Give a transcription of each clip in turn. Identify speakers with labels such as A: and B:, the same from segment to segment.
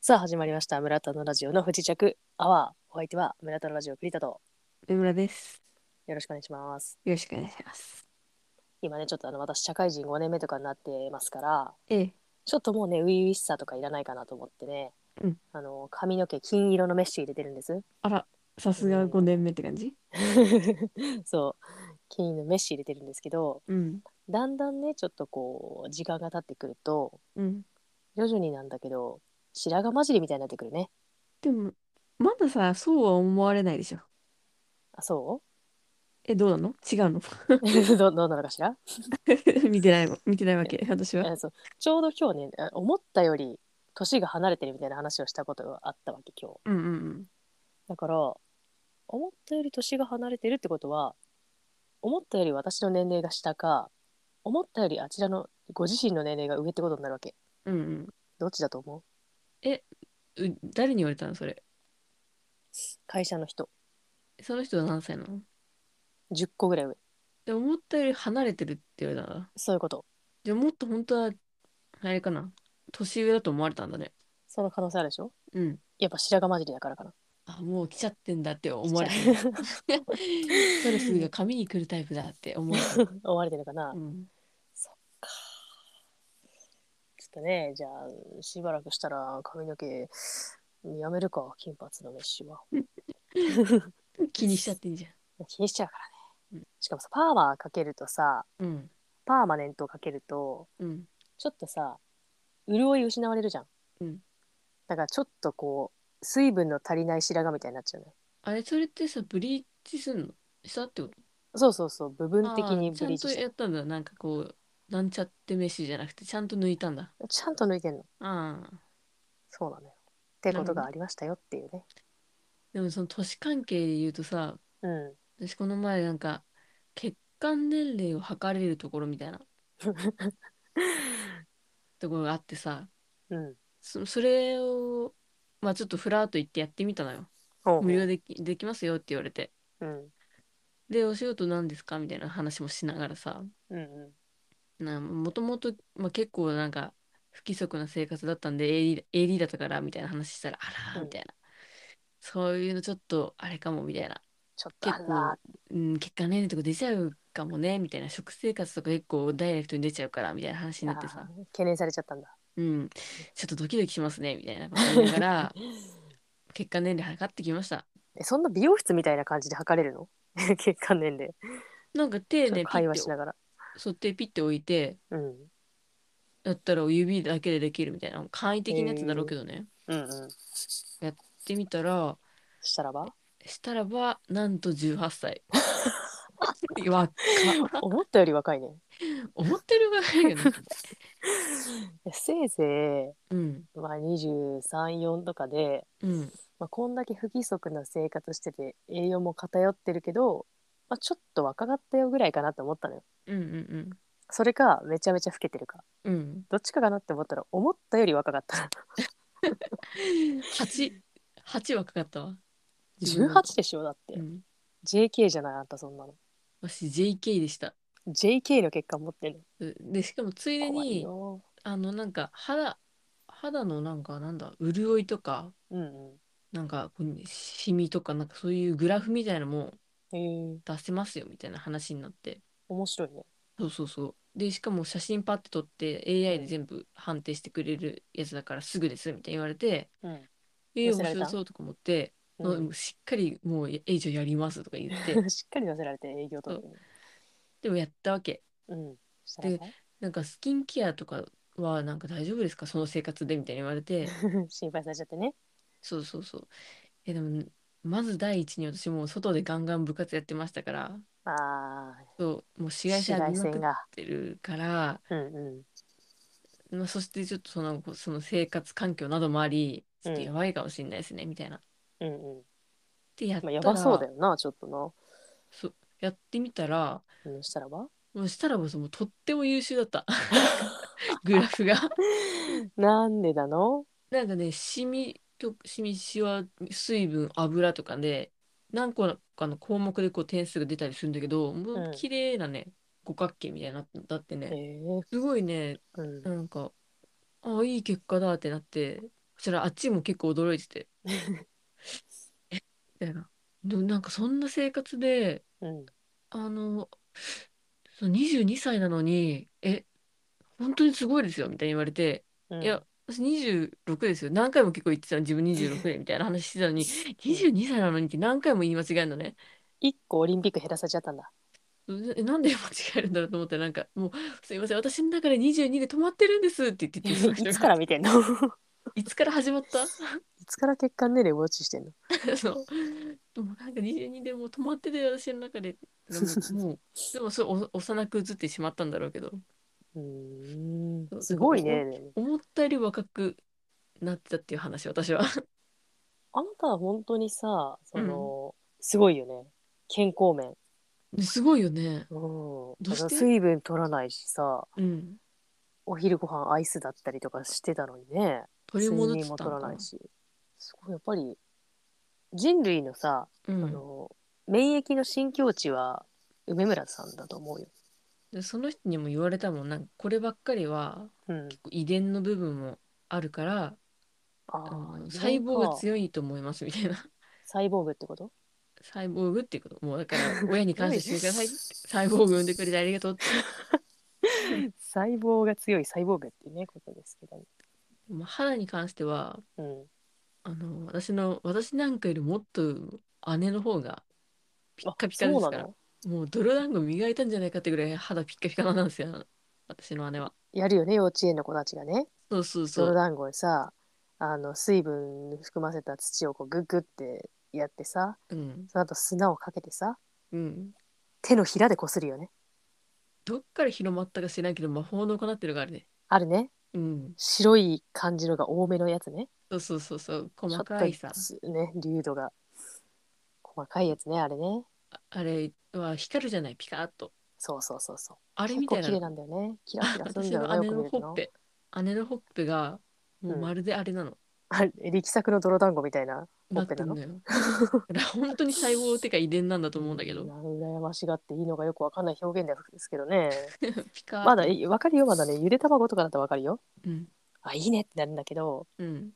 A: さあ始まりました村田のラジオの不時着アワーお相手は村田のラジオ栗田と
B: 上村です。
A: よろしくお願いします
B: よろしくお願いします。
A: 今ねちょっとあの私社会人5年目とかになってますから
B: ええ、
A: ちょっともうね初々しさとかいらないかなと思ってね、
B: うん
A: あの髪の毛金色のメッシュ入れてるんです
B: あら、さすが5年目って感じ
A: そう金色のメッシュ入れてるんですけど
B: うん。
A: だんだんねちょっとこう時間が経ってくると
B: うん。
A: 徐々になんだけど白髪混じりみたいになってくるね
B: でも、まださ、そうは思われないでしょ。
A: あそ
B: え、どうなの違うの
A: う どどうなのかしら
B: 見てないもん、見てないわけ、私は。
A: あそうちょうど今日ねあ思ったより年が離れてるみたいな話をしたことがあったわけ今日
B: うんうんうん。
A: だから思ったより年が離れてるってことは思ったより私の年齢が下か思ったよりあちらのご自身の年齢が上ってことになるわけ
B: うん
A: どっちだと思う
B: うん。う誰に言われたのそれ。
A: 会社の人
B: その人は何歳なの
A: 10個ぐらい上
B: で思ったより離れてるって言われたな。
A: そういうこと
B: じゃあもっと本当は、あれかな。年上だと思われたんだね。
A: その可能性あるでしょ
B: うん。
A: やっぱ白髪混じりだからかな
B: あ、もう来ちゃってんだって思わ れた。
A: ちっちゃい
B: ストレスが髪に来るタイプだって思われた。
A: 思われてるかな、
B: う
A: ちょ
B: ん
A: っとねじゃあしばらくしたら髪の毛やめるか金髪のメッシュは
B: 気にしちゃってんじ
A: 気にしちゃうから
B: う
A: ね。しかもさパーマかけるとさ
B: ゃん。うん。
A: パーマネントかけると
B: うん。
A: ちょっとさ潤い失われるじゃん。
B: うん
A: だからちょっとこう水分の足りない白髪みたいになっちゃうね。
B: あれ、それってさ、ブリーチすんのしたってこと
A: そうそうそう部分的に
B: あー
A: ブリーチ
B: ちゃ
A: し
B: んと
A: て
B: やったんだ。なんかこう、なんちゃって飯じゃなくて、ちゃんと抜いたんだ。
A: ちゃんと抜いてんの。
B: ああ。
A: そうなのよ。ってこと
B: なるほ
A: が
B: ど
A: ありましたよっていうね。
B: でもその年関係で言うとさ、
A: うん。
B: 私この前なんか、血管年齢を測れるところ みたいなところがあってさ、
A: うん。
B: そそれを、まあちょっとふらっと行ってやってみたのよ。
A: ほう
B: 無料できできますよって言われて。
A: うん。
B: で、お仕事なんですかみたいな話もしながらさ、
A: うんう
B: なもともと、まあ、結構なんか不規則な生活だったんで AD, AD だったからみたいな話したらあら
A: う
B: ー
A: ん
B: みたいな、そういうのちょっとあれかもみたいな、
A: ちょっとあ
B: 結構
A: ら
B: うん、結果ねとか出ちゃうかもねみたいな食生活とか結構ダイレクトに出ちゃうからみたいな話になって
A: あ
B: さ、
A: ー懸念されちゃったんだ。
B: うん、ちょっとドキドキしますねみた いなこと言いながら結果年齢測ってきました
A: えそんな美容室みたいな感じで測れるの 血管年齢。
B: なんか手
A: ちょっ
B: ね
A: と
B: ピ
A: 会
B: ッ
A: 話
B: て
A: しながら。
B: そう手ピッて置いて
A: うん。
B: やったら指だけでできるみたいな簡易的なやつだろうけどね、
A: うんうん。
B: やってみたら
A: したらば
B: したらばなんと18歳 わっか
A: 思ったより若いね。
B: 思ってるぐらいよね
A: せいぜ
B: うん
A: い、まあ、23、4とかで、
B: うん
A: まあ、こんだけ不規則な生活してて栄養も偏ってるけど、まあ、ちょっと若かったよぐらいかなと思ったのよ。
B: うんうん
A: それかめちゃめちゃ老けてるか
B: うんうん
A: どっちかかなって思ったら思ったより若かった。
B: 八八はかかったわ
A: 18でしょだって、
B: うん
A: JK じゃないあんたそんなの。
B: 私 JK でした
A: JK の結果持ってる
B: でしかもつい
A: の。
B: で
A: 怖い
B: に
A: よ。
B: あのなんか肌肌のなんかなんだ潤いとか
A: うんう
B: なんかこうシミとかなんかそういうグラフみたいなのも
A: ん。へえ
B: 出せますよみたいな話になって
A: 面白いね。
B: そうそうそう。で、しかも写真パッて撮って AI で全部判定してくれるやつだからすぐですみたいに言われて、
A: うん
B: えー、
A: 見せら
B: 面
A: れた
B: 白そうとか思って、
A: う
B: もうしっかりもう営業やりますとか言 って、
A: ん、しっかり乗せられて営業とかに。
B: でもやったわけ。
A: うん。したらば
B: なんかスキンケアとかはなんか大丈夫ですかその生活でみたいに言わ れて、
A: 心配されちゃってね。
B: そうそうそう。えでも、まず第一に私もう外でガンガン部活やってましたから、
A: ああ、
B: そう、もう紫外
A: 紫
B: 線
A: 外
B: 浴びまく
A: 線
B: っ
A: が。
B: てるから、
A: うんう
B: まあ、そしてちょっとそのその生活環境などもありちょっと
A: うん
B: やばいかもしれないですね、みたいな。
A: ん。うんうん。
B: でやった
A: まあ、
B: ら、
A: やばそうだよな、ちょっとな。
B: そうやってみたら
A: うん、したらば。
B: もうしたらばそのとっても優秀だった グラフが。
A: なんでなの
B: なんかねシミとシミシワ水分油とかで何個かの項目でこう点数が出たりするんだけども
A: う
B: うん綺麗なね、五角形みたいになってなって
A: ええ
B: ねすごいね
A: うん。
B: なんかあいい結果だってなってそしたらあっちも結構驚いて て。えみたいな。でもなんかそんな生活で、
A: うん。
B: あの、その22歳なのに、え、本当にすごいですよ、みたいに言われて、
A: うん、
B: いや、私26ですよ。何回も結構言ってたの、自分26で、みたいな話してたのに、22歳なのにって何回も言い間違えるのね。
A: 一個オリンピック減らされちゃったんだ。
B: えなんで間違えるんだろうと思って、なんか、もう、すいません、私の中で22で止まってるんですって言ってて、その人
A: い
B: が
A: つから見てんの
B: いつから始まった
A: いつから血管ねえでウォッチしてんの
B: そう。もうなんか22でもう止まってて私の中 で。でももう、でもそれお幼く映ってしまったんだろうけど、
A: うー
B: そ
A: ん。
B: う
A: すごいね。でも
B: 思ったより若くなってたっていう話、私は。
A: あなたは本当にさ、その、すごいよね。健康面。
B: ね すごいよね。
A: うん。ど
B: うして
A: 水分取らないしさ、
B: うん。
A: お昼ご飯アイスだったりとかしてたのにね。
B: 取り戻
A: 睡眠
B: って
A: も
B: た
A: 取
B: の
A: ら
B: か
A: な。
B: ない
A: し。すごい、やっぱり、人類のさ、
B: う
A: あの、免疫の新境地は、梅村さんだと思うよ。
B: ん。その人にも言われたもん、なんかこればっかりは
A: うん。
B: 遺伝の部分もあるから、
A: あ
B: あ
A: あ
B: の、細胞が
A: い。
B: 強いと思いますみたいな。
A: サイボーグってこと
B: 細胞群っていうこと。もうだから、親に感謝してく ださいって。細胞群産んでくれてありがとうって。
A: 細胞が強いサイボーグっていうね、ことですけどね。
B: まあ肌に関しては、
A: うん。
B: あの私の私なんかよりもっと姉の方がピッカピカで
A: あ
B: す
A: そう
B: か
A: な
B: ら
A: の
B: もう泥団子磨いたんじゃないかってぐらい肌ピッカピカなんですよ私の姉は
A: やるよね、幼稚園の子たちがね。
B: そうそうそ
A: 泥
B: う
A: 団子にさ、あの、水分含ませた土をこうグッグってやってさ、
B: うん
A: その後砂をかけてさ、
B: うん
A: 手のひらでこするよね。
B: どっから広まったか知らんけど魔法の粉っていうのがあるね
A: あるね。
B: うん
A: 白い感じのが多めのやつね。
B: そうそうそうそう
A: ちょ
B: 細
A: っと
B: かいさ
A: つね、粒度が。細かいやつね、あれね。
B: ああれは光るじゃないピカッと
A: そうそうそうそう。
B: あ
A: あ
B: れみたい
A: 綺麗
B: な
A: なんだよね。キラキラするん
B: 私
A: だよね。
B: の
A: よ
B: 姉
A: く見る
B: のほ
A: と
B: っ
A: な
B: ぺ姉のほっぺがもううんまるであれなの、
A: あれ力作の泥団子みたいな。ほ
B: な
A: っ
B: っ
A: ぺ
B: て
A: なんの
B: の よだから本当に細胞ってか遺伝なんだと思うんだけ
A: な
B: ど
A: 羨ましがっていいのかよくわかんない表現ですけどね。
B: ピカッと
A: まだえわかるよ、まだね。ゆで卵とかだったらわかるよ。
B: うん
A: あ、いいねってなるんだけど、
B: うん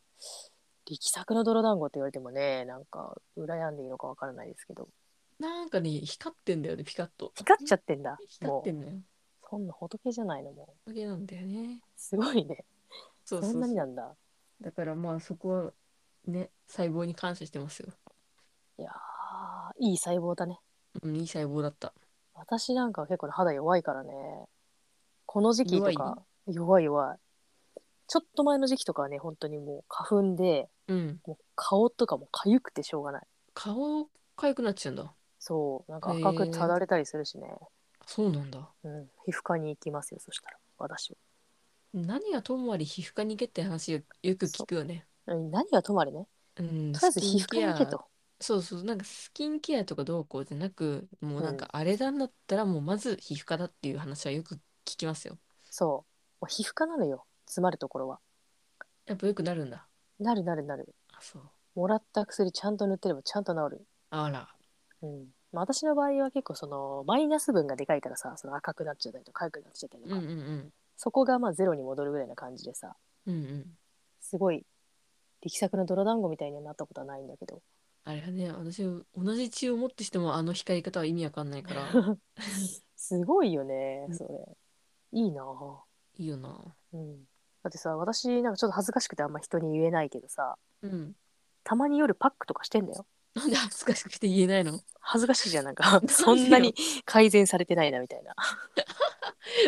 A: 力作の泥団子って言われてもね、なんか羨んでいいのかわからないですけど。
B: なんかね、光ってんだよね、ピカッと。
A: 光っちゃってんだ。
B: 光
A: も
B: って
A: うん
B: だよ。
A: そんな仏じゃないのも
B: だけなんだよね
A: う。。すごいね。
B: そ
A: そう
B: そうそ
A: んなに
B: う。
A: なんだ。
B: だからまあそこはね、細胞に感謝してますよ。
A: いやーいい細胞だね。
B: うん、いい細胞だった。
A: 私なんかは結構肌弱いからねこの時期とか
B: 弱
A: 弱い弱いちょっと前の時期とかはね本当にもう花粉で
B: うん。
A: もう顔とかも痒くてしょうがない
B: 顔、かゆくなっちゃうんだ。
A: そうなんか赤くただれたりするしね、
B: そうなんだ。
A: うん、皮膚科に行きますよそしたら私は
B: 何がともあり皮膚科に行けって話よよく聞くよね。
A: うん何がともあれね
B: うん、
A: とりあえず
B: スキ
A: 皮
B: ン
A: 膚科に
B: ケア
A: 行けと
B: そうそう、なんかスキンケアとかどうこうじゃなく、もうなんかあれなんだったら、もうまず皮膚科だっていう話はよく聞きますよ。
A: そうもう皮膚科なのよ詰まるところは
B: やっぱよくなるんだ。
A: なるなるなる
B: あ、そう。
A: もらった薬ちゃんと塗ってればちゃんと治る
B: あら。
A: うんまあ、私の場合は結構そのマイナス分がでかいからさその赤くなっちゃったりとか痒くなっちゃったりと
B: うんう
A: か、
B: んうん。
A: そこがまあゼロに戻るぐらいな感じでさ
B: うんうん。
A: すごい力作の泥団子みたいにはなったことはないんだけど
B: あれはね、私、同じ血を持ってしてもあの光り方は意味わかんない から、
A: すごいよね
B: うん
A: それ、いいなぁ、
B: いいよな。
A: うん、だってさ私なんかちょっと恥ずかしくてあんま人に言えないけどさ
B: うん。
A: たまに夜パックとかしてんだよ
B: なんで恥ずかしくて言えない の
A: 恥ずかしいじゃんなんか
B: よ
A: そんなに改善されてないなみたい な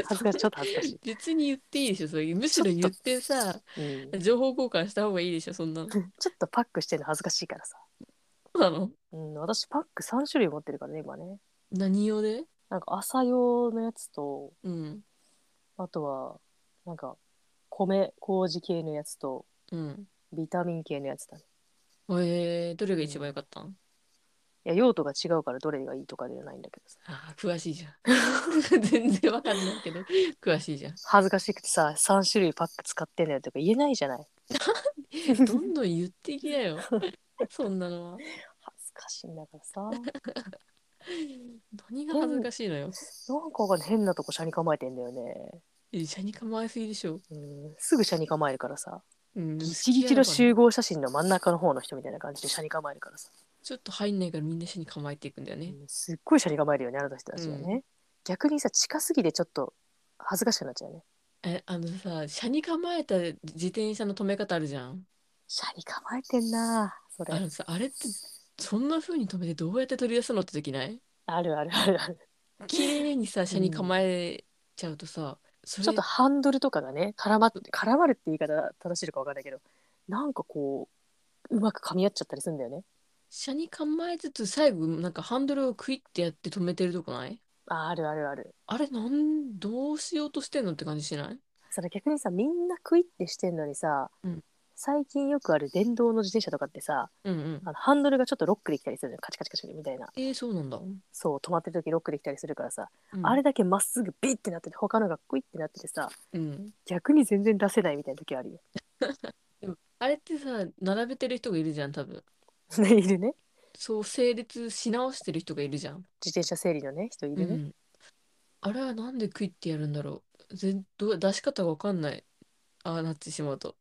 A: 恥ずかしいちょっと恥ずかし
B: 別に言っていいでしょ、それ。むしろ言ってさ、
A: い、うん、
B: 情報交換した方がいいでしょ、そんなの。そ
A: ちょっとパックしてるの恥ずかしいからさ
B: うなの
A: うん、私パック3種類持ってるからね今ね
B: 何用で
A: なんか朝用のやつと
B: うん。
A: あとはなんか米麹系のやつと
B: うん。
A: ビタミン系のやつだね
B: えー、どれが一番良かったん
A: いや用途が違うからどれがいいとかではないんだけどさ
B: あー、詳しいじゃ ん。全然わかんないけど、詳しいじゃん。
A: 恥ずかしくてさ3種類パック使ってんのよとか言えないじゃない
B: どんどん言っていきな よ。そんなのは。
A: 恥ずかしいんだからさな
B: 何が恥ずかしい のよ。
A: んかわかんない変なとこ車に構えてんだよね
B: 医者に構えすぎでしょ。
A: うんすぐ車に構えるからさ
B: うん、
A: ギチ
B: 付
A: ギ
B: き合
A: チの
B: いだからね
A: 集合写真の真ん中の方の人みたいな感じで車に構えるからさ、
B: ちょっと入んないからみんな死に構えていくんだよね。
A: うんすっごい車に構えるよねあの人たちはね、逆にさ近すぎてちょっと恥ずかしくなっちゃうよね
B: え、あのさ、車に構えた自転車の止め方あるじゃん。
A: 車に構えてんなそれ
B: あのさ、あれって、そんな風に止めてどうやって取り出すのって時ない
A: あるあるあるある
B: 綺麗にさ、車に構えちゃうとさ、そ
A: ちょっ
B: れ
A: と、ハンドルとかがね絡まって絡まるって言い方が正しいのか分かんないけどなんかこううまく噛み合っちゃったりするんだよね
B: 車に構えつつ、最後、なんかハンドルをクイッてやって止めてるとこない
A: ああるあるある
B: あれ、なん、どうしようとしてんのって感じしない
A: それ逆にさみんなクイってしてんのにさ、
B: うん
A: 最近よくある電動の自転車とかってさ
B: うんうん
A: あ。のハンドルがちょっとロックできたりするのよカチカチカチみたいな
B: えー、そうなんだ。
A: そう止まってる時ロックできたりするからさ、
B: うん
A: あれだけまっすぐビッてなってて他のがクイってなっててさ
B: うん。
A: 逆に全然出せないみたいな時あるよ。
B: あれってさ、並べてる人がいるじゃん、多分。
A: ねいるね
B: そう、整列し直してる人がいるじゃん。
A: 自転車整理のね人いるね。
B: うん、あれはなんでクイッてやるんだろう全どう出し方がわかんないああなってしまうと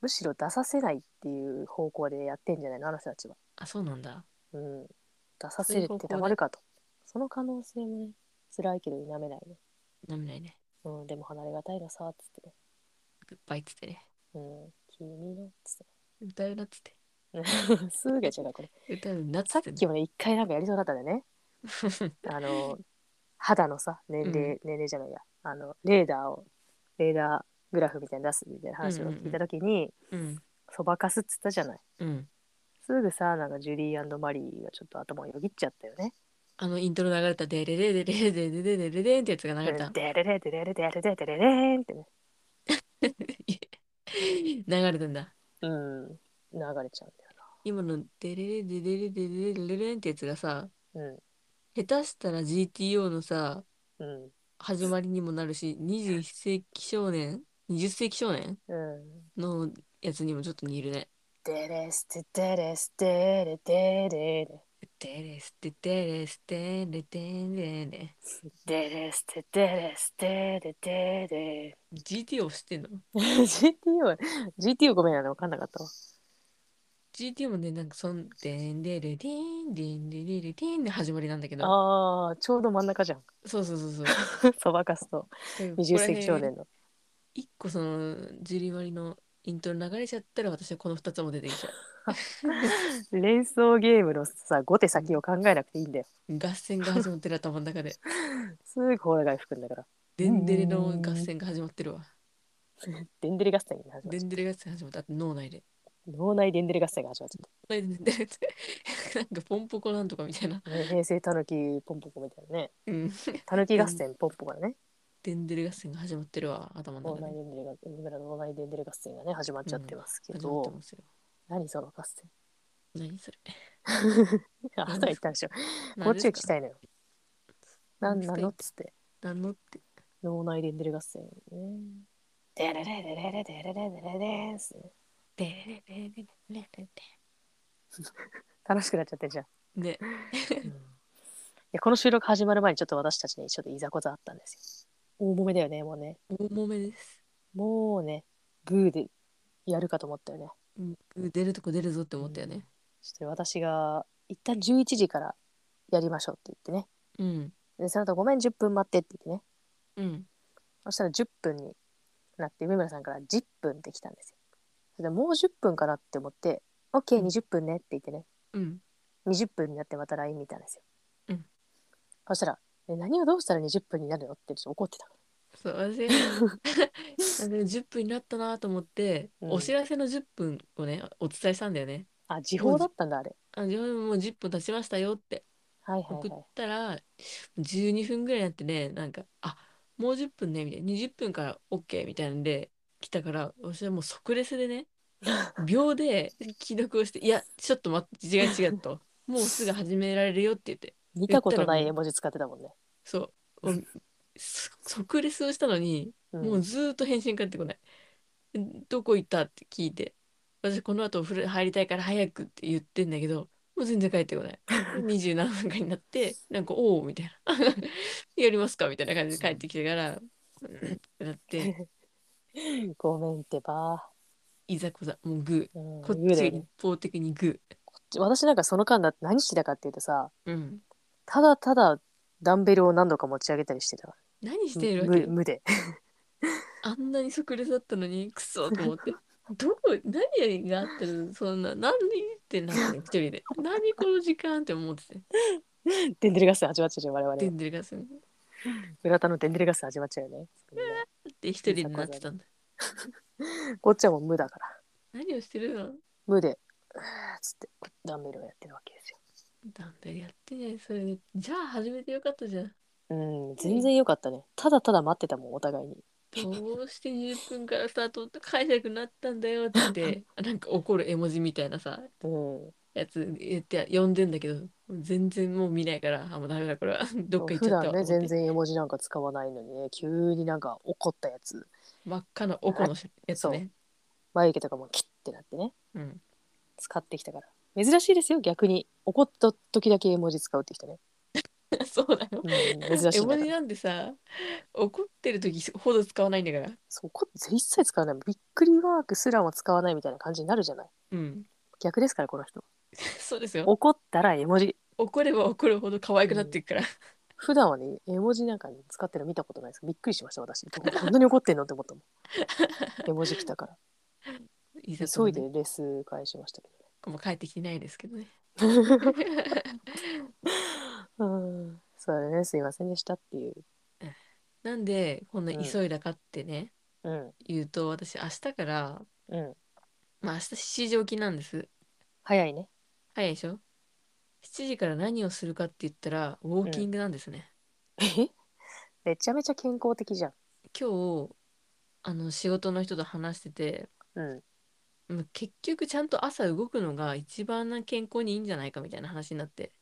A: むしろ出させないっていう方向でやってんじゃないのあの人たちは。
B: あそうなんだ
A: うん、出させるってたまるかとその可能性もね辛いけど否めないね、
B: なめないね
A: うん、でも離れがたいのさっつってね、
B: グッバイっつってね
A: うん、君のっつって
B: 歌うなっつって
A: ねすぐやっちゃうからこれ
B: 歌うなっつ
A: さ
B: っ
A: って
B: ね
A: きもね一回なんかやりそうだったんだよねあの肌のさ年齢、年齢じゃないやあのレーダーをレーダーグラフみたいに出すみたいな話を聞いた時に
B: うん
A: そばかすっつったじゃない
B: うん
A: すぐさなんかジュリーマリーがちょっと頭をよぎっちゃったよね
B: あのイントロ流れたデレレデレレデレレレレンってやつが流れた
A: でれれでれれでれれでれれんってね
B: 流れたんだ
A: うん流れちゃうんだよ
B: 今のデレレデレレデレレレレンってやつがさ
A: うん
B: 下手したら GTO のさ
A: うん
B: 始まりにもなるし21世紀少年20世紀少年
A: うん
B: のやつにもちょっと似るね。
A: デレステデレスデレデレレ
B: テレステテレステレテレレ。
A: デレステデレスデレデレ
B: GTO 知ってんの
A: GTO GTO ごめんなの分かんなかったわ
B: ?GTO もね、なんかそん、でんでれでんでんでれれでんの始まりなんだけど。
A: あーちょうど真ん中じゃん
B: そうそ うそうそう。
A: そばかすと
B: こ
A: 20
B: こら
A: 世
B: 辺
A: 紀少年。の
B: 一個その、ジュリマリのイントロ流れちゃったら私はこの二つも出て きちゃう。
A: 連想ゲームのさ5手先を考えなくていいんだよ
B: 合戦が始まってる頭の中で。
A: すぐほらがい吹くんだから
B: でんでれの合戦が始まってるわ。
A: デンデレ合戦が始まっちゃ
B: でんでれ合戦始まった。あと脳内で。
A: った脳内デンデレ合戦が始まっちゃっ
B: 脳内ででんでれってなんかポンポコなんとかみたいな。
A: たね平成たぬきポンポコみたいなね
B: うん。
A: たぬき合戦ポンポコだね
B: デンデレ合戦が始まってるわ、頭の
A: 脳
B: 中
A: 内
B: で。
A: デンデレが僕らの脳内デンデレ合戦がね始まっちゃってますけ
B: 始まって
A: ど、
B: ますよ。
A: 何その合戦
B: 何それ。
A: あなたが言ったんでしょこ
B: 何
A: っ
B: で
A: ちが
B: す
A: 聞きたいのよ何なのっつって
B: 何のって。
A: 脳内デンデレ合戦ねデレレデレレデレレデレレーす
B: でれれれれれれ
A: 楽しくなっちゃってんじゃん、
B: れね、
A: いやこの収録始まる前にちょっと私たちねちょっといざこざあったんですよ大揉めだよねもうね
B: 大揉めです。
A: もうねグーでやるかと思ったよね
B: うん出るとこ出るぞって思ったよね。
A: ちょっと私が一旦11時からやりましょうって言ってね
B: うん。
A: でその後ごめん10分待ってって言ってね
B: うん。
A: そしたら10分になって梅村さんから10分って来たんですよそれでもう10分かなって思って OK20 分ねって言ってね
B: うん。
A: 20分になってまた LINE 見たんですよ、
B: うん
A: そしたら「え何をどうしたら20分になるの?」ってちょっと怒ってた
B: そう、私がなんか10分になったなと思って、
A: うん
B: お知らせの10分をね、お伝えしたんだよね。
A: あ時報だったんだあれ
B: あ、自分もう10分経ちましたよって
A: はいは
B: 送
A: い
B: っ
A: はい
B: たら、12分ぐらいになってね、なんか、あ、もう10分ね、みたいな、20分から OK みたいなんで来たから、私はもう即レスでね、秒で既読をして、いや、ちょっと待って、違う違うと、もうすぐ始められるよって言って、
A: 見たことない絵文字使ってたもんね、
B: そう、もうそ即レスをしたのに、
A: うん
B: もうずーっと返信返ってこない。どこ行ったって聞いて、私この後お風呂入りたいから早くって言ってんだけど、もう全然帰ってこ ない。二十何分かになって、なんか、おおみたいな。 やりますかみたいな感じで 帰ってきてから、うんってなって、
A: ごめんってば
B: いざこざもうグ
A: うん
B: ーこっ
A: 言うだ
B: ち
A: よ
B: が
A: ね
B: 一方的にグ
A: 私なんかその間だって何してたかっていうとさ
B: ー、うん、
A: ただただダンベルを何度か持ち上げたりしてたわ
B: 何してるわ
A: 無
B: け
A: 無で
B: あんなに即レスだったのにクソと 思ってどこ何があったのそんな何ってなってる一人で何この時間って思って て
A: デンデレガス始まっちゃうよ我
B: デ
A: 々
B: ンデレガスだ
A: 浦田のデンデレガス始まっちゃうよね
B: って一人でなってたんだ
A: こっちはもう無だから
B: 何をしてるの
A: 無でうーっつってダンベルをやってるわけですよ
B: ダンベルやってないそれでじゃあ始めてよかったじゃん
A: うん全然良かったねただただ待ってたもんお互いに
B: どうして20分からスタートって解釈になったんだよって なんか怒る絵文字みたいなさ
A: うん
B: やつ言って呼んでんだけど全然もう見ないからあもうダメだこれはどっか行っ
A: 普
B: ちゃっ
A: 段
B: たわ
A: ね
B: と思
A: 全
B: って
A: 然絵文字なんか使わないのにね急になんか怒ったやつ
B: 真っ赤なおこのやつね
A: 眉毛とかもキッてなってね
B: うん
A: 使ってきたから珍しいですよ逆に怒った時だけ絵文字使うって人ね、
B: そうだ
A: う
B: よ。
A: ん、珍しい
B: 絵
A: んだ
B: 文
A: から
B: 字なんてさ怒ってる時ほど使わないんだから。
A: そう怒って一切使わないびっくりマークすらも使わないみたいな感じになるじゃない
B: うん。
A: 逆ですからこの人
B: そうですよ。
A: 怒ったら絵文字
B: 怒れば怒るほど可愛くなっていくから。
A: 普段はね絵文字なんか、使ってるの見たことないですびっくりしました私ここんなに怒ってんのって思った もん絵文字来たから
B: いざこ
A: 急
B: ざ
A: いで
B: ね
A: レッス返しましたけ
B: もう帰ってきてないですけどね。
A: ど うんそうだねすいませんでしたっていう
B: なんでこんな急いだかってね、
A: うん
B: 言うと私明日から、
A: うん
B: まあ、明日7時起きなんです。
A: 早いね
B: 早いでしょ ?7 時から何をするかって言ったらウォーキングなんですね。
A: えめちゃめちゃ健康的じゃん
B: 今日あの仕事の人と話してて
A: うん
B: まあ結局ちゃんと朝動くのが一番な健康にいいんじゃないかみたいな話になって、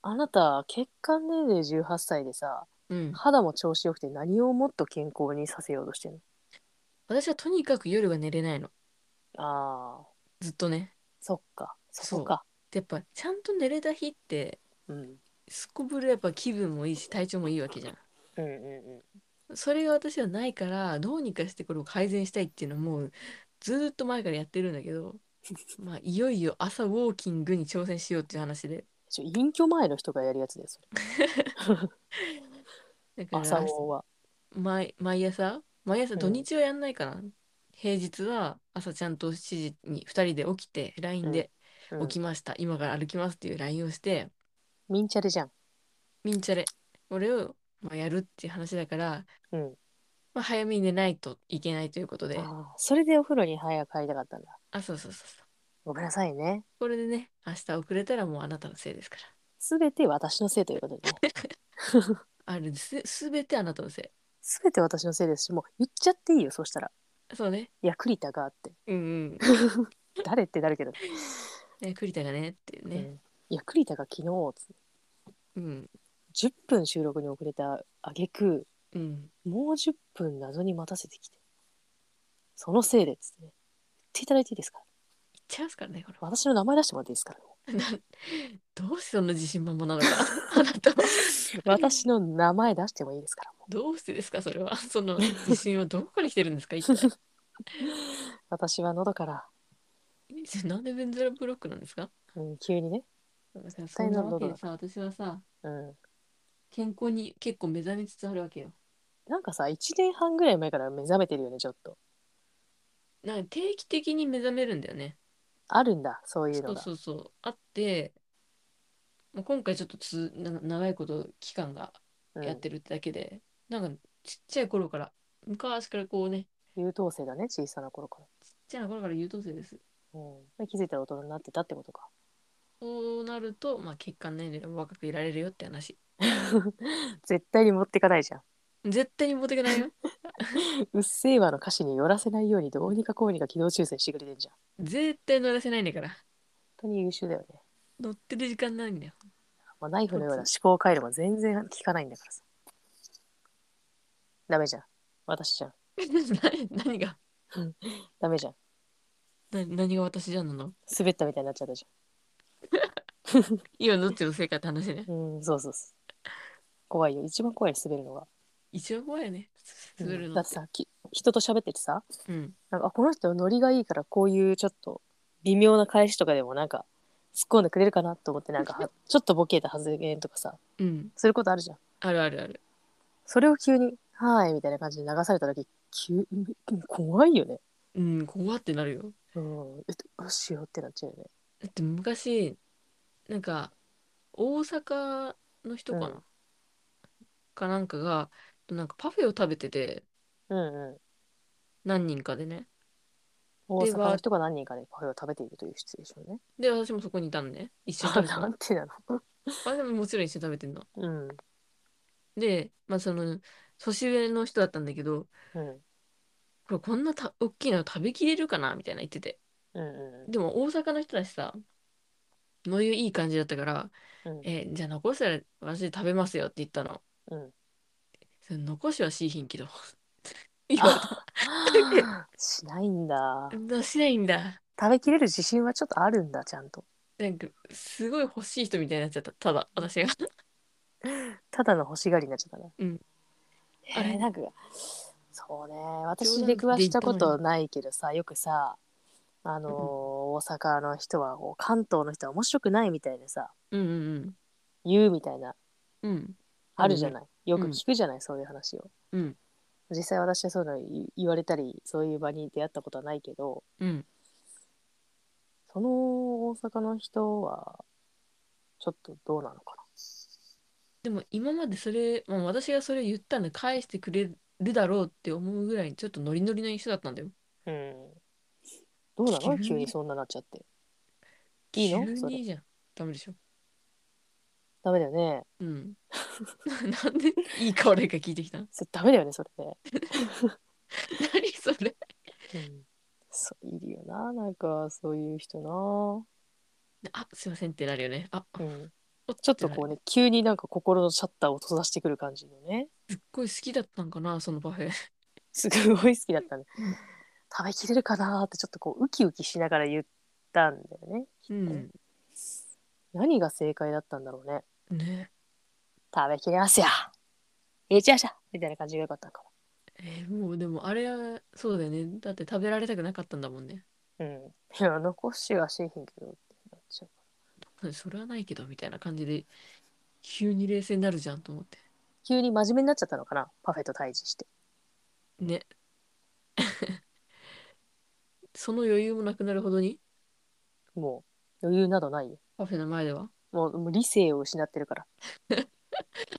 A: あなた血管年齢18歳でさ
B: うん、
A: 肌も調子よくて何をもっと健康にさせようとしてるの
B: 私はとにかく夜が寝れないの
A: あー
B: ずっとね
A: そっかそこか
B: でやっぱちゃんと寝れた日って
A: うん
B: すこぶるやっぱ気分もいいし体調もいいわけじゃん
A: うんうんうん
B: それが私はないからどうにかしてこれを改善したいっていうのはもうずーっと前からやってるんだけどまあいよいよ朝ウォーキングに挑戦しようっていう話で
A: ちょ隠居前の人がやるやつです
B: だから
A: 朝王は
B: 毎毎朝毎朝
A: うん
B: 土日はやんないかな、平日は朝ちゃんと7時に2人で起きて LINE で
A: うん
B: 「起きました、今から歩きます」っていう LINE をして
A: ミンチャレじゃん
B: ミンチャレこれをまあやるっていう話だから、
A: うん
B: まあ、早めに寝ないといけないということであ
A: あーそれでお風呂に早く入りたかったんだ
B: そうそうそうそう
A: ごめんなさいね
B: これでね明日遅れたらもうあなたのせいですから
A: 全て私のせいということでね
B: あれですすべてあなたのせ
A: 全て私のせいですしもう言っちゃっていいよそしたら
B: いそうね
A: いや栗田があって
B: うんうん
A: 誰って誰けど、
B: ね栗田がねっていう
A: う
B: ね、
A: んいや栗田が昨日つって
B: うん
A: 10分収録に遅れた挙句
B: うん、
A: もう10分謎に待たせてきてそのせいでっつってね言っていただいていいですか
B: 言っちゃいますからねこれ
A: 私の名前出してもらっていいですから
B: どうしてそんな自信満々なのか あなたは
A: 私の名前出してもいいですからもう
B: どうしてですかそれはその自信はどこから来てるんですか一 体
A: 私は喉から、
B: なんでベンズラブロックなんですか
A: うん、急にね、
B: だからそ
A: 対
B: んな
A: なんだろう
B: わけでさ私はさ
A: うん、
B: 健康に結構目覚めつつあるわけよ
A: なんかさ1年半ぐらい前から目覚めてるよねちょっと
B: なんか定期的に目覚めるんだよね
A: あるんだそういう
B: そ
A: の
B: う
A: が
B: そうそうあってまあ今回ちょっとつな長いこと期間が
A: うん
B: やってるってだけで、なんかちっちゃい頃から昔からこうね
A: 優等生だね小さな頃か
B: ちっちゃい頃から優等生です
A: ら、うんで、気づいたら大人になってたってことか
B: そうなると、まあ、血管年齢も若くいられるよって話
A: 絶対に持ってかないじゃん
B: 絶対に持ってかな いよ
A: 「うっせぇわ」の歌詞に寄らせないようにどうにかこうにか軌道修正してくれてんじゃん
B: 絶対乗らせないんだから
A: 本当に優秀だよね、
B: 乗ってる時間ないん だよ
A: まあ、ナイフのような思考回路も全然効かないんだからさダメじゃん私じゃん
B: 何何が
A: ダメじゃん
B: な何が私じゃんなの
A: 滑ったみたいになっちゃったじ
B: 今どっちのせいかって話ね
A: ゃんうんそうそうそう怖いよ一番怖い滑るのが
B: 一応怖いよね
A: う
B: くすぐる
A: ん
B: の
A: だ
B: っ
A: って
B: て。
A: さき人と喋っててさ
B: うん。
A: なんかあこの人ノリがいいからこういうちょっと微妙な返しとかでもなんか突っ込んでくれるかなと思ってなんかはちょっとボケた発言とかさ
B: うん。
A: することあるじゃん
B: あるあるある。
A: それを急に「はーい」みたいな感じで流された時急うん怖いよね
B: うん、怖ってなるよ。
A: うんえどうしようってなっちゃうよね
B: だって昔、なんか、大阪の人かな、
A: うん
B: かなんかが、なんかパフェを食べてて、
A: うんうん
B: 何人かでね。
A: 大阪
B: わ
A: の人が何人かでパフェを食べているというシチュエーショ ンね。
B: で、私もそこにいたのね。一緒に食
A: あ
B: べてた
A: な
B: の
A: んてなの
B: あ、でももちろん一緒に食べてんの。
A: うん。
B: で、まあその、年上の人だったんだけど、
A: うん。
B: これこんなた大きいの食べきれるかなみたいな言ってて。
A: うん。
B: でも大阪の人だしさ、そういういい感じだったから、
A: うん。
B: え、じゃあ残したら私食べますよって言ったの。
A: うん。
B: その残しはしいひん けど。言われた
A: ああ しないんだ。
B: 出しないんだ。
A: 食べきれる自信はちょっとあるんだ、ちゃんと。
B: なんか、すごい欲しい人みたいになっちゃった。ただ、私が。
A: ただの欲しがりになっちゃったな。
B: うん。
A: あ
B: あ
A: れ、
B: れ
A: なんか、そうね。
B: 冗
A: 私
B: 談
A: 出くわしたこ
B: で言った
A: とないけどさ、よくさ、あのー
B: うん
A: 大阪の人は、関東の人は面白くないみたいなさ、
B: うんうん
A: 言うみたいな、
B: うん。うん。
A: あるじゃない。よく
B: うん
A: 聞くじゃない、そういう話を。
B: うん。
A: 実際私はそういうの言言われたりそういう場に出会ったことはないけど
B: うん。
A: その大阪の人はちょっとどうなのか
B: でも今までそれ、まあ、私がそれを言ったんで返してくれるだろうって思うぐらいちょっとノリノリの人だったんだよ。
A: なうんどうなの
B: 急に
A: 急にそんななっちゃっていいの
B: 急
A: それ
B: にじゃん。ダメでしょ。
A: ダメだよね
B: うん。 なんでいいか悪いか聞いてきたの
A: それダメだよねそれね、
B: 何それ
A: うん、そういるよななんかそういう人な
B: あ、すいませんってなるよね。あ、
A: うん
B: お
A: ちょっとこうね急になんか心のシャッターを閉ざしてくる感じのね
B: すっごい好きだったんかな、そのパフェ。
A: すごい好きだったね
B: うん
A: 食べきれるかなーってちょっとこうウキウキしながら言ったんだよね
B: うん。
A: 何が正解だったんだろうね。
B: ね。
A: 食べきれますよ。いちゃしゃみたいな感じが良かったのか
B: えーもうでもあれはそうだよね。だって食べられたくなかったんだもんね。
A: も。うん。いや、残しはしへんけどってなっちゃう。
B: それはないけどみたいな感じで急に冷静になるじゃんと思って。
A: 急に真面目になっちゃったのかなパフェと対峙して。
B: ね。 その余裕もなくなるほどに
A: もう、余裕などないよ。
B: パフェの前では
A: もう、もう理性を失ってるから。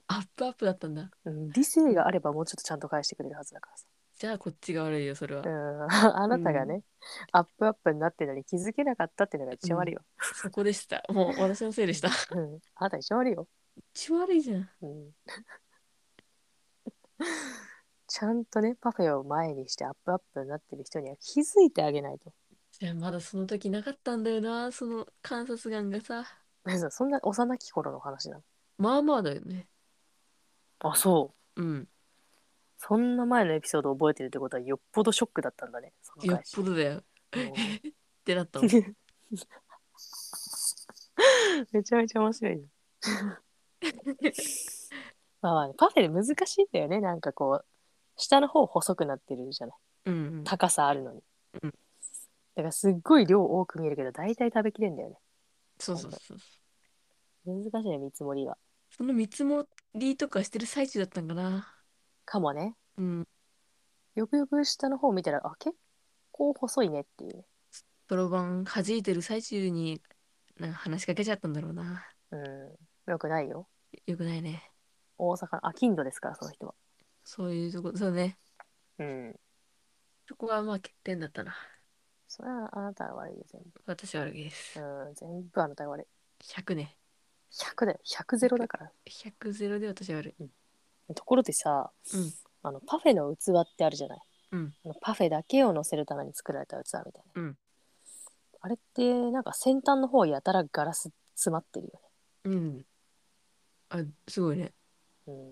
B: アップアップだったんだ。
A: うん、理性があればもうちょっとちゃんと返してくれるはずだからさ。
B: じゃあこっちが悪いよそれは。
A: うん。 あなたがね、アップアップになってるのに気づけなかったっていうのが一番悪いよ。
B: そこでした。もう私のせいでした。
A: うん。あなた一番悪いよ。
B: 一番悪いじゃん。
A: うん。 ちゃんとね、パフェを前にしてアップアップになってる人には気づいてあげないと。
B: いやまだその時なかったんだよなその観察眼がさ。
A: 別にそんな幼き頃の話なの。
B: まあまあだよね。
A: あ、そう。
B: うん。
A: そんな前のエピソードを覚えてるってことはよっぽどショックだったんだね。その
B: よっ
A: 返し
B: ぽ。どだよ。
A: うん
B: ってなった もん
A: めちゃめちゃ面白いね。 まあまあね、パフェで難しいんだよね。なんかこう、下の方細くなってるじゃない。
B: うんうん。
A: 高さあるのに。
B: うん
A: だからすっごい量多く見えるけど、大体食べきれんだよね。
B: そうそうそう。
A: 難しいね、見積もりは。
B: その見積もりとかしてる最中だったんかな。
A: かもね。
B: うん。
A: よくよく下の方見たら、あ、結構細いねっていうね。
B: そろばん弾いてる最中になんか話しかけちゃったんだろうな。
A: うん。よくないよ。
B: よくないね。
A: 大阪、あ、金土ですから、その人は。
B: そういうとこ、そうね。
A: うん。
B: そこはまあ欠点だったな。
A: それはあなたが悪いよ、全
B: 私は悪いです。
A: 部。うん、全部あなたが悪い。
B: 100ね。
A: 100だよ。100ゼロだから。
B: 100ゼロで私は悪い。
A: ところでさ、
B: うん
A: あのパフェの器ってあるじゃない。
B: うん
A: あのパフェだけを乗せるために作られた器みたいな。
B: うん
A: あれって、なんか先端の方やたらガラス詰まってるよ
B: うん。あ、すごいね。
A: ね。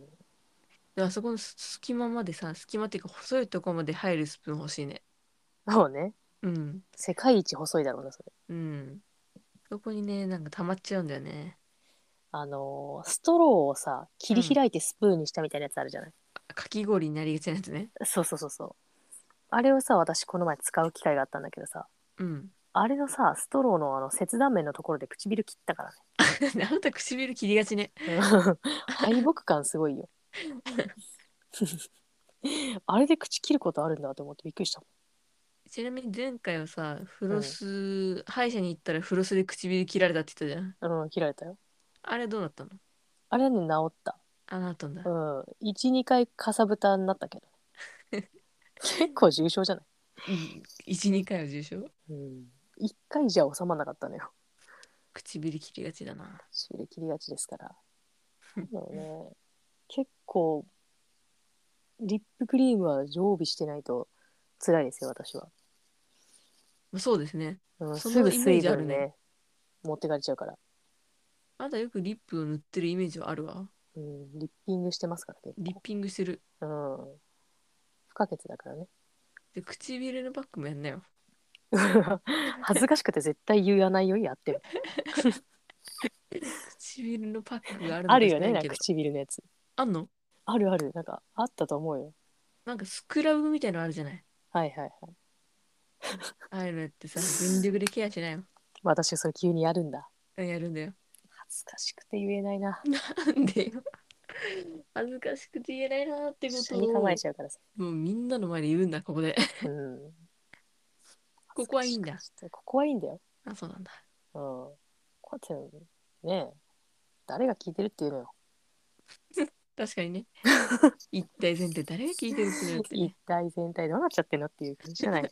B: であそこのす隙間までさ、隙間っていうか細いとこまで入るスプーン欲しいね。
A: うん。そうね。
B: うん。
A: 世界一細いだろうな、それ。
B: うん。そこにね、なんか溜まっちゃうんだよね。
A: あのーストローをさ切り開いてスプーンにしたみたいなやつあるじゃない、
B: かき氷になりがちなやつね。
A: そうそうそうそうあれをさ私この前使う機会があったんだけどさ
B: うん。
A: あれのさストローのあの切断面のところで唇切ったからね
B: あ なた唇切りがちね。
A: 敗北感すごいよ あれで口切ることあるんだと思ってびっくりしたも
B: ちなみに前回はさ、フロス、歯医者に行ったらフロスで唇切られたって言ったじゃん。
A: んうん切られたよ
B: あれどうなったの
A: あれはね治った
B: あ、なったんだ。
A: うん12回かさぶたになったけど結構重症じゃない、
B: 一二回は重症
A: うん、1回じゃ収まらなかったのよ
B: 唇切りがちだな。
A: しびれ切りがちですからそうね結構リップクリームは常備してないと辛いですよ私は、
B: そうですね。
A: うん、
B: そ
A: す
B: の
A: ぐ
B: イメー
A: 水
B: ジあ
A: 分
B: るね
A: ね持ってかれちゃうから、
B: まだよくリップを塗ってるイメージはあるわ。
A: うん、リッピングしてますから結
B: リッピングしてる。
A: 構、うん、不可欠だからね
B: で、唇のパックもやんなよ。
A: 恥ずかしくて絶対言わないようにやってる
B: 唇のパックがある の
A: あるよね
B: 知ら
A: なんん
B: け
A: か
B: ど
A: 唇のやつ
B: あんの
A: あるあるなんかあったと思うよ
B: なんかスクラブみたいなのあるじゃない
A: はいはいはい
B: ああいうのやってさ、全力でケアしないよ。
A: 私それ急にやるんだ
B: やるんだよ。
A: 恥ずかしくて言えないな
B: なんでよ。恥ずかしくて言えないなってこ
A: 一
B: と
A: 緒に構
B: を
A: えちゃうからさ、
B: もうみんなの前で言うんだここで
A: うん、
B: ここはいいんだ
A: 恥ずかしくてここはいいんだよ
B: あそうなんだ
A: うんこうやってねえ誰が聞いてるっていうのよ
B: 確かに ね一体全体誰が聞いてるってなって
A: 一
B: ね
A: 体全体どうなっちゃってんのっていう感じじゃ ない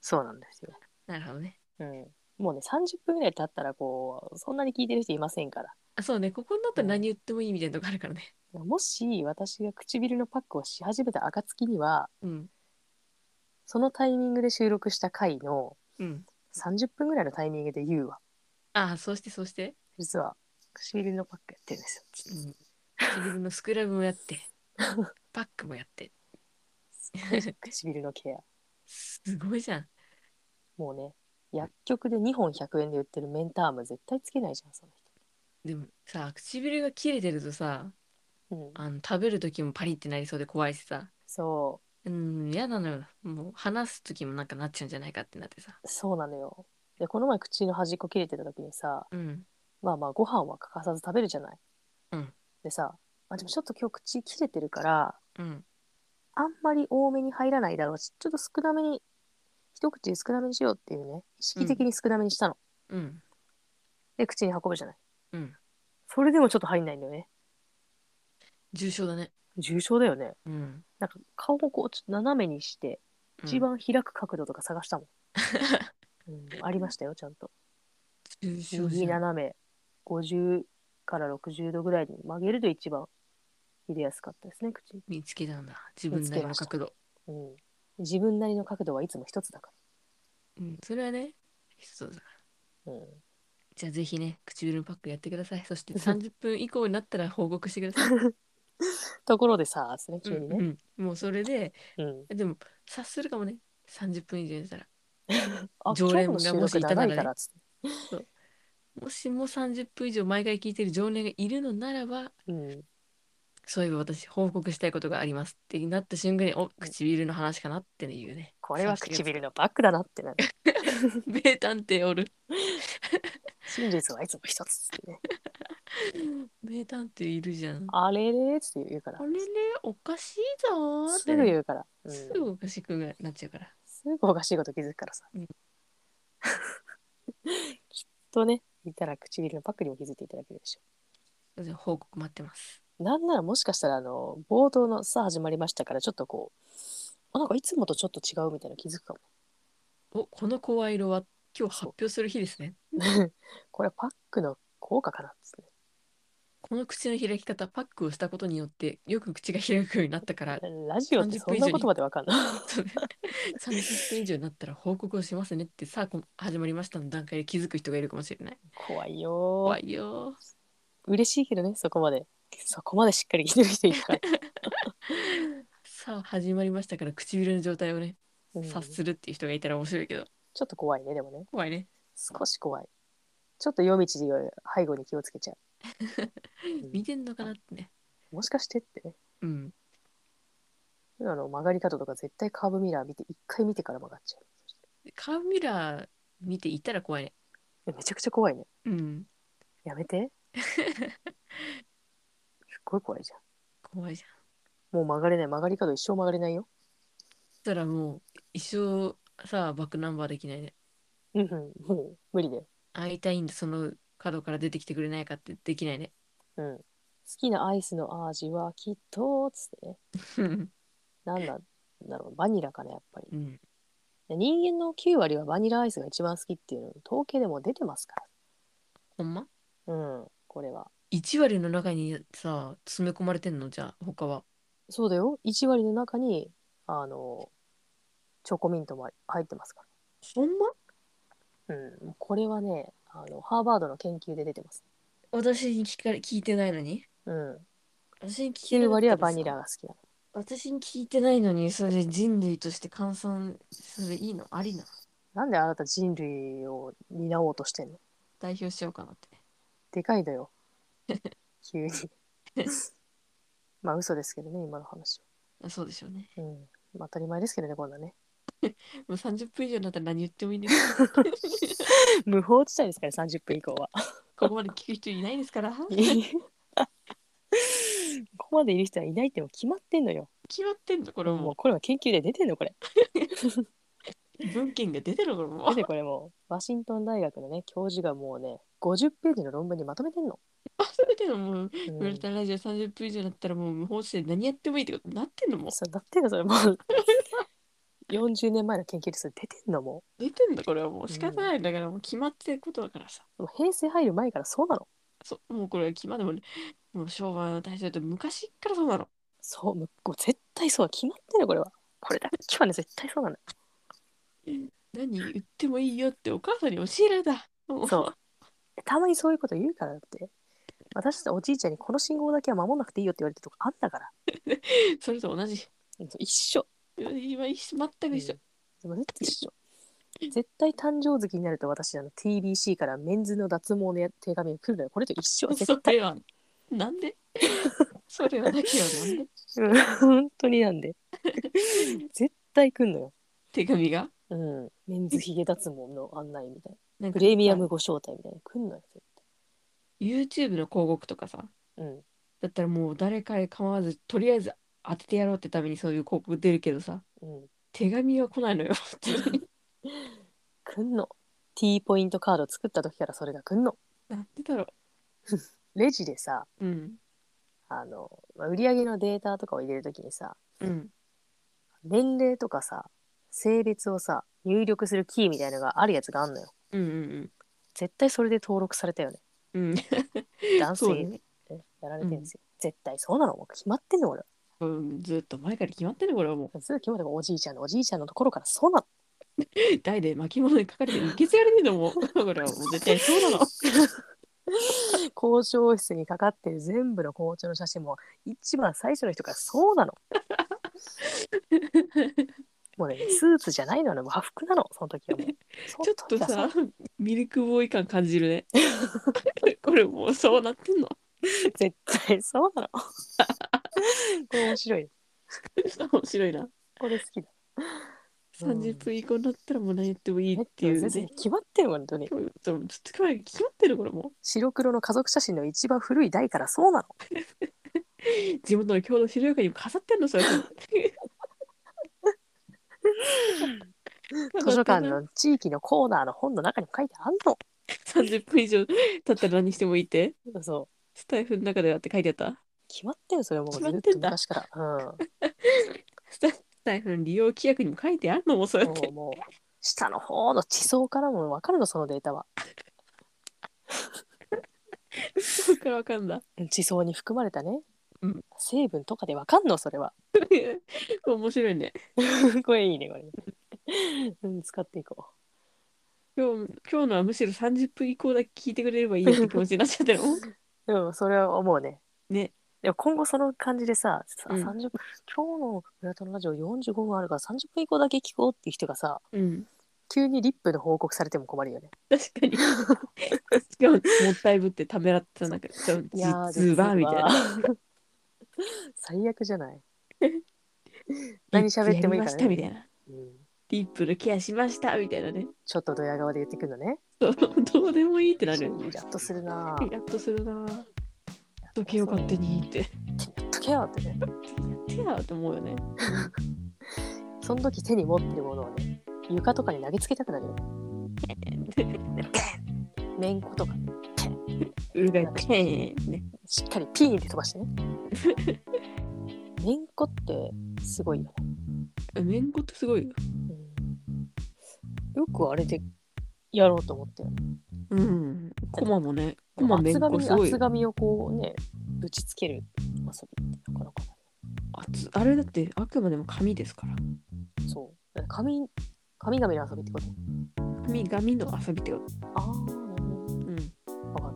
A: そうなんですよ、
B: なるほどね
A: うん、もうね30分ぐらい経ったらこうそんなに聞いてる人いませんから
B: あそうねここになったら何言ってもいいみたいなとこあるからね
A: もし私が唇のパックをし始めた暁には
B: うん
A: そのタイミングで収録した回の
B: うん
A: 30分ぐらいのタイミングで言うわ
B: あそうしてそうして、
A: 実は唇のパックやってるんですよ
B: うん、唇のスクラブもやって パックもやって
A: 唇のケア
B: すごいじゃん
A: もうね薬局で2本100円で売ってるメンターム絶対つけないじゃんその
B: でもさ唇が切れてるとさ
A: 人、うん、
B: あの食べる時もパリってなりそうで怖いしさ
A: そ
B: うん嫌なのよもう話す時もなんかなっちゃうんじゃないかってなってさ
A: うそうなのよでこの前口の端っこ切れてた時にさ
B: うん
A: まあまあご飯は欠かさず食べるじゃない、
B: うん
A: でさあでもちょっと今日口切れてるから
B: うん
A: あんまり多めに入らないだろうしちょっと少なめに一口少なめにしようっていうね意識的に少なめにしたの、
B: うん
A: で口に運ぶじゃない
B: うん
A: それでもちょっと入んないんだよね
B: 重症だね
A: 重症だよね
B: うん
A: なんか顔もこうちょっと斜めにして
B: うん
A: 一番開く角度とか探した もん、うんありましたよちゃんと
B: 重症じ
A: 右
B: ゃん
A: 斜め50から60度ぐらいに曲げると一番入れやすかったですね口、
B: 見つけたんだ自分なりの角度
A: うん、自分なりの角度はいつも一つだか
B: うんそれはねそうだ
A: ら、うん、
B: じゃあぜひね唇のパックやってくださいそして30分以降になったら報告してく ださい
A: ところでさですね
B: う
A: 急に
B: ん、う
A: ね、
B: ん、もうそれで
A: うん
B: でも察するかもね30分以上やったら
A: あ
B: 常連
A: 今
B: が
A: 日の収
B: もし
A: 録
B: いた
A: 長
B: ならね
A: いからっつって、
B: もしも30分以上毎回聞いてる常連がいるのならば
A: うん、
B: そういえば私報告したいことがありますってなった瞬間にお唇の話かなっていうね
A: これは唇のバックだなってなる
B: 名探偵おる
A: 真実はいつも一つってね
B: 名探偵いるじゃん
A: あれれーっつって言うから
B: あれね、おかしいぞーっ
A: す
B: て
A: ぐ
B: ね、
A: 言うから、うん、
B: すぐおかしくなっちゃうから。
A: すぐおかしいこと気づくからさ。
B: うん
A: きっとね、いたら唇のパックにも気づいていただけるでしょ
B: じゃあ報告待ってます。
A: う。なんならもしかしたら、あの、冒頭のさあ始まりましたから、ちょっとこう、あなんかいつもとちょっと違うみたいなの気づくかも。
B: お、この声色は今日発表する日ですね。
A: これはパックの効果かなっつってね
B: この口の開き方、パックをしたことによって、よく口が開くようになったから、
A: ラジオってそんなことまでわかんない。
B: そうね30分以上になったら報告をしますねって、さあ、こ始まりましたの段階で気づく人がいるかもしれない。
A: 怖いよ
B: 怖
A: い。
B: いよ
A: 嬉しいけどね、そこまで。そこまでしっかり聞いてる人いるから。
B: ー。さあ、始まりましたから、唇の状態をね、
A: うん
B: 察
A: ち
B: するっていう人がいたら面白いけど、
A: ょっと怖いね、でもね。
B: 怖いね。
A: 少し怖い。ちょっと夜道より背後に気をつけちゃう。
B: 見てんのかなってね。
A: もしかしてってね。
B: うん。
A: 今の曲がり方とか絶対カーブミラー見て一回見てから曲がっちゃう
B: カーブミラー見ていたら怖いね。
A: いやめちゃくちゃ怖いね
B: うん。
A: やめ てすっごい怖いじゃん
B: 怖いじゃん。
A: もう曲がれない曲がり角一生曲がれないよ
B: そしたらもう一生さ、バックナンバーできないね。
A: うんうんもう無理で
B: 会いたいんだ、その角から出てきてくれないかってできないね。
A: うん好きなアイスの味はきっとつってね
B: うん。
A: なんだだろうバニラかなやっぱり
B: うん
A: 人間の9割はバニラアイスが一番好きっていうの統計でも出てますか
B: ほんま
A: らうんこれは
B: ?1 割の中にさ、詰め込まれてんのじゃあ、他は。
A: そうだよ1割の中にあのチョコミントも入ってますか
B: ほんま
A: らうんもうこれはねあのハーバードの研究で出てます
B: 私に聞かれ聞いてないのに
A: うん
B: 私に聞いて
A: 9割は
B: か
A: バ
B: ったらさ
A: ニラが好きなの
B: 私に聞いてないのに、それ人類として換算するいいのありな。
A: なんであなた人類を担おうとしてんの
B: 代表しようかなって。
A: でかいだ よ急 にまあ嘘ですけどね今の話
B: あそうでしょうね。
A: は、うんまあ、当たり前ですけどねこんなね
B: もう30分以上になったら何言ってもいいんです。
A: 無法地帯ですから30分以降 は
B: ここまで聞く人い ないですから。
A: ここまでいる人はいないってもう決まってんのよ
B: 決まってんのこれ
A: もう
B: も
A: これは研究で出てんのこれ
B: う文献が出てるのこ
A: 出
B: れも
A: てこれもうワシントン大学のね教授がもうね50ページの論文にまとめてんの、
B: それでもも
A: う
B: う、ウル
A: ん、
B: タンラジオ30分以上になったらもう無法地で何やってもいいってことになってんのもう
A: そうだってんのそれもう40年前の研究です出てんのも
B: 出てんだこれはもう仕方ないんだからもう決まってることだからさ。
A: うもう平成入る前からそうなの
B: そうもうこれは決まってもねもう昭和の大正と昔っからそうなの。
A: そうもうこう絶対そう決まってんのこれはこれだけはね絶対そうなんだ
B: 何言ってもいいよってお母さんに教えられた。も
A: そうたまにそういうこと言うからだって私たちおじいちゃんにこの信号だけは守らなくていいよって言われてるとこあんだから
B: それと同じ。
A: うんそう一緒
B: 今一緒全く一緒。
A: でもね一緒絶対誕生月になると私あの TBC からメンズの脱毛のや手紙が来るのよこれと一緒絶
B: それはなんでそれはだけはなんで
A: 対うん本当になん で絶対来んのよ、
B: 手紙が
A: うん、メンズヒゲ脱毛の案内みたいな
B: なん
A: プ
B: か
A: レミアムご招待みたいな来んのよ絶
B: YouTube の広告とかさ
A: 対うん
B: だったらもう誰かに構わずとりあえず当ててやろうってためにそういう広告出るけどさ
A: うん
B: 手紙は来ないのよ普通に
A: 来んの T ポイントカード作った時からそれが来んの
B: なんでだろ
A: レジでさ
B: ううん
A: あの、まあ、売り上げのデータとかを入れるときにさ
B: うん
A: 年齢とかさ性別をさ入力するキーみたいなのがあるやつがあんのよ
B: うんうん
A: 絶対それで登録されたよね
B: うんうん
A: 男
B: そう
A: 性
B: ね、
A: やられてるんですよ、絶対そうなのもう決まってんの俺は
B: うん、ずっと前から決まってるこれはも
A: ずっと決まってるおじいちゃんのおじいちゃんのところからそうなの
B: う 台で巻物に書かれて受け継がれてるのもこれはもう絶対そう なの
A: 校長室にかかってる全部の校長の写真も一番最初の人からそうなのもうねスーツじゃないのよね和服なのその時はもう
B: ちょっと
A: その時は
B: さ
A: そ、
B: ミルクボーイ感感じる ね。これもうそうなってんの。
A: う絶対そうなのこれ面白い
B: 面白いな。
A: これ好きだうん
B: 30分以降になったらもう何やってもいいっていう
A: 全然
B: ね。
A: 決まってるもん本当に
B: ちょっと前決まってるこれも
A: 白黒の家族写真の一番古い台からそうなの
B: う地元の郷土資料館にも飾ってんのそれ
A: 図書館の地域のコーナーの本の中にも書いてあん
B: 30分以上経ったら何してもいいって
A: のそう
B: スタイフの中ではって書いてあった
A: 決まってんそれもうず
B: 決ま
A: っ
B: って
A: と
B: んだ
A: 昔からう
B: スタスタイフの利用規約にも書いてあるのもうそうやっ
A: んもう
B: て
A: もう下の方の地層からも分かるのそのデータは
B: そっからわかんだ
A: 地層に含まれたね、
B: うん
A: 成分とかで分かんのそれは
B: 面白いね
A: これいいねこれ ね、うん、使っていこ
B: 今日今日のはむしろ30分以降だけ聞いてくれればいいって気持ちになっちゃってるもん
A: うでもそれは思うね
B: ね
A: でも今後その感じでささ
B: うん
A: 30分、今日の「村田のラジオ」45分あるから30分以降だけ聞こうっていう人がさ
B: うん
A: 急にリップの報告されても困るよね
B: 確かにしかももったいぶってためらってたなんかちょ
A: いやー
B: ズバーみたいな
A: 実は 最悪じゃない。何喋ってもいいからね
B: リップやりましたみたいな。
A: うん、
B: リップのケアしましたみたいなね。
A: ちょっとドヤ顔で言ってくるのね。
B: そう どうでもいいってなる。
A: イラッとするな
B: イラッとするなぁ。時計を勝手にって。や
A: とけよってね。
B: ってやと思うよね。
A: その時手に持ってるものをね、床とかに投げつけたくなる よ。めんことか、
B: うるがいペーンね。
A: しっかりピーンって飛ばしてね。めんこってすごいよね。
B: めんこってすごいよ。
A: うんよくあれでやろうと思って
B: うん。コマもね。コマめ
A: 厚
B: んこ
A: 紙
B: すごい
A: 厚
B: よ。
A: 紙をこうねぶちつける遊びってなかなか
B: 厚あれだってあくまでも紙ですから。
A: ないそう紙紙紙の遊びってこと
B: 紙紙の遊びってこと。
A: ああなるほど
B: うん。
A: 分かっ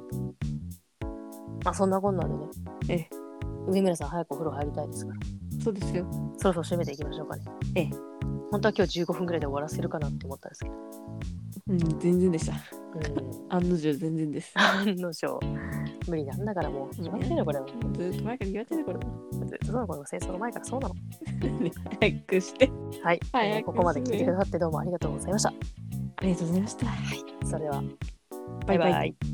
A: たまあそんなこんなんでね
B: ええ
A: 上村さん早くお風呂入りたいですから
B: そうですよ。
A: そろそろ締めていきましょうかね
B: ええ
A: 本当は今日15分ぐらいで終わらせるかなって思ったんですけど
B: うん、全然でした。
A: うん
B: 案の定全然 です。
A: 案の定無理なんだからもう決まってるよこれは
B: ずーっと前から言われてるこ
A: ずっとそうなの戦争の前からそうなの
B: れ。早くして。
A: はい、
B: 早く
A: えーここまで聞いてくださってどうもありがとうございました。
B: ありがとうございました。
A: それでは、
B: バイバイ。
A: イ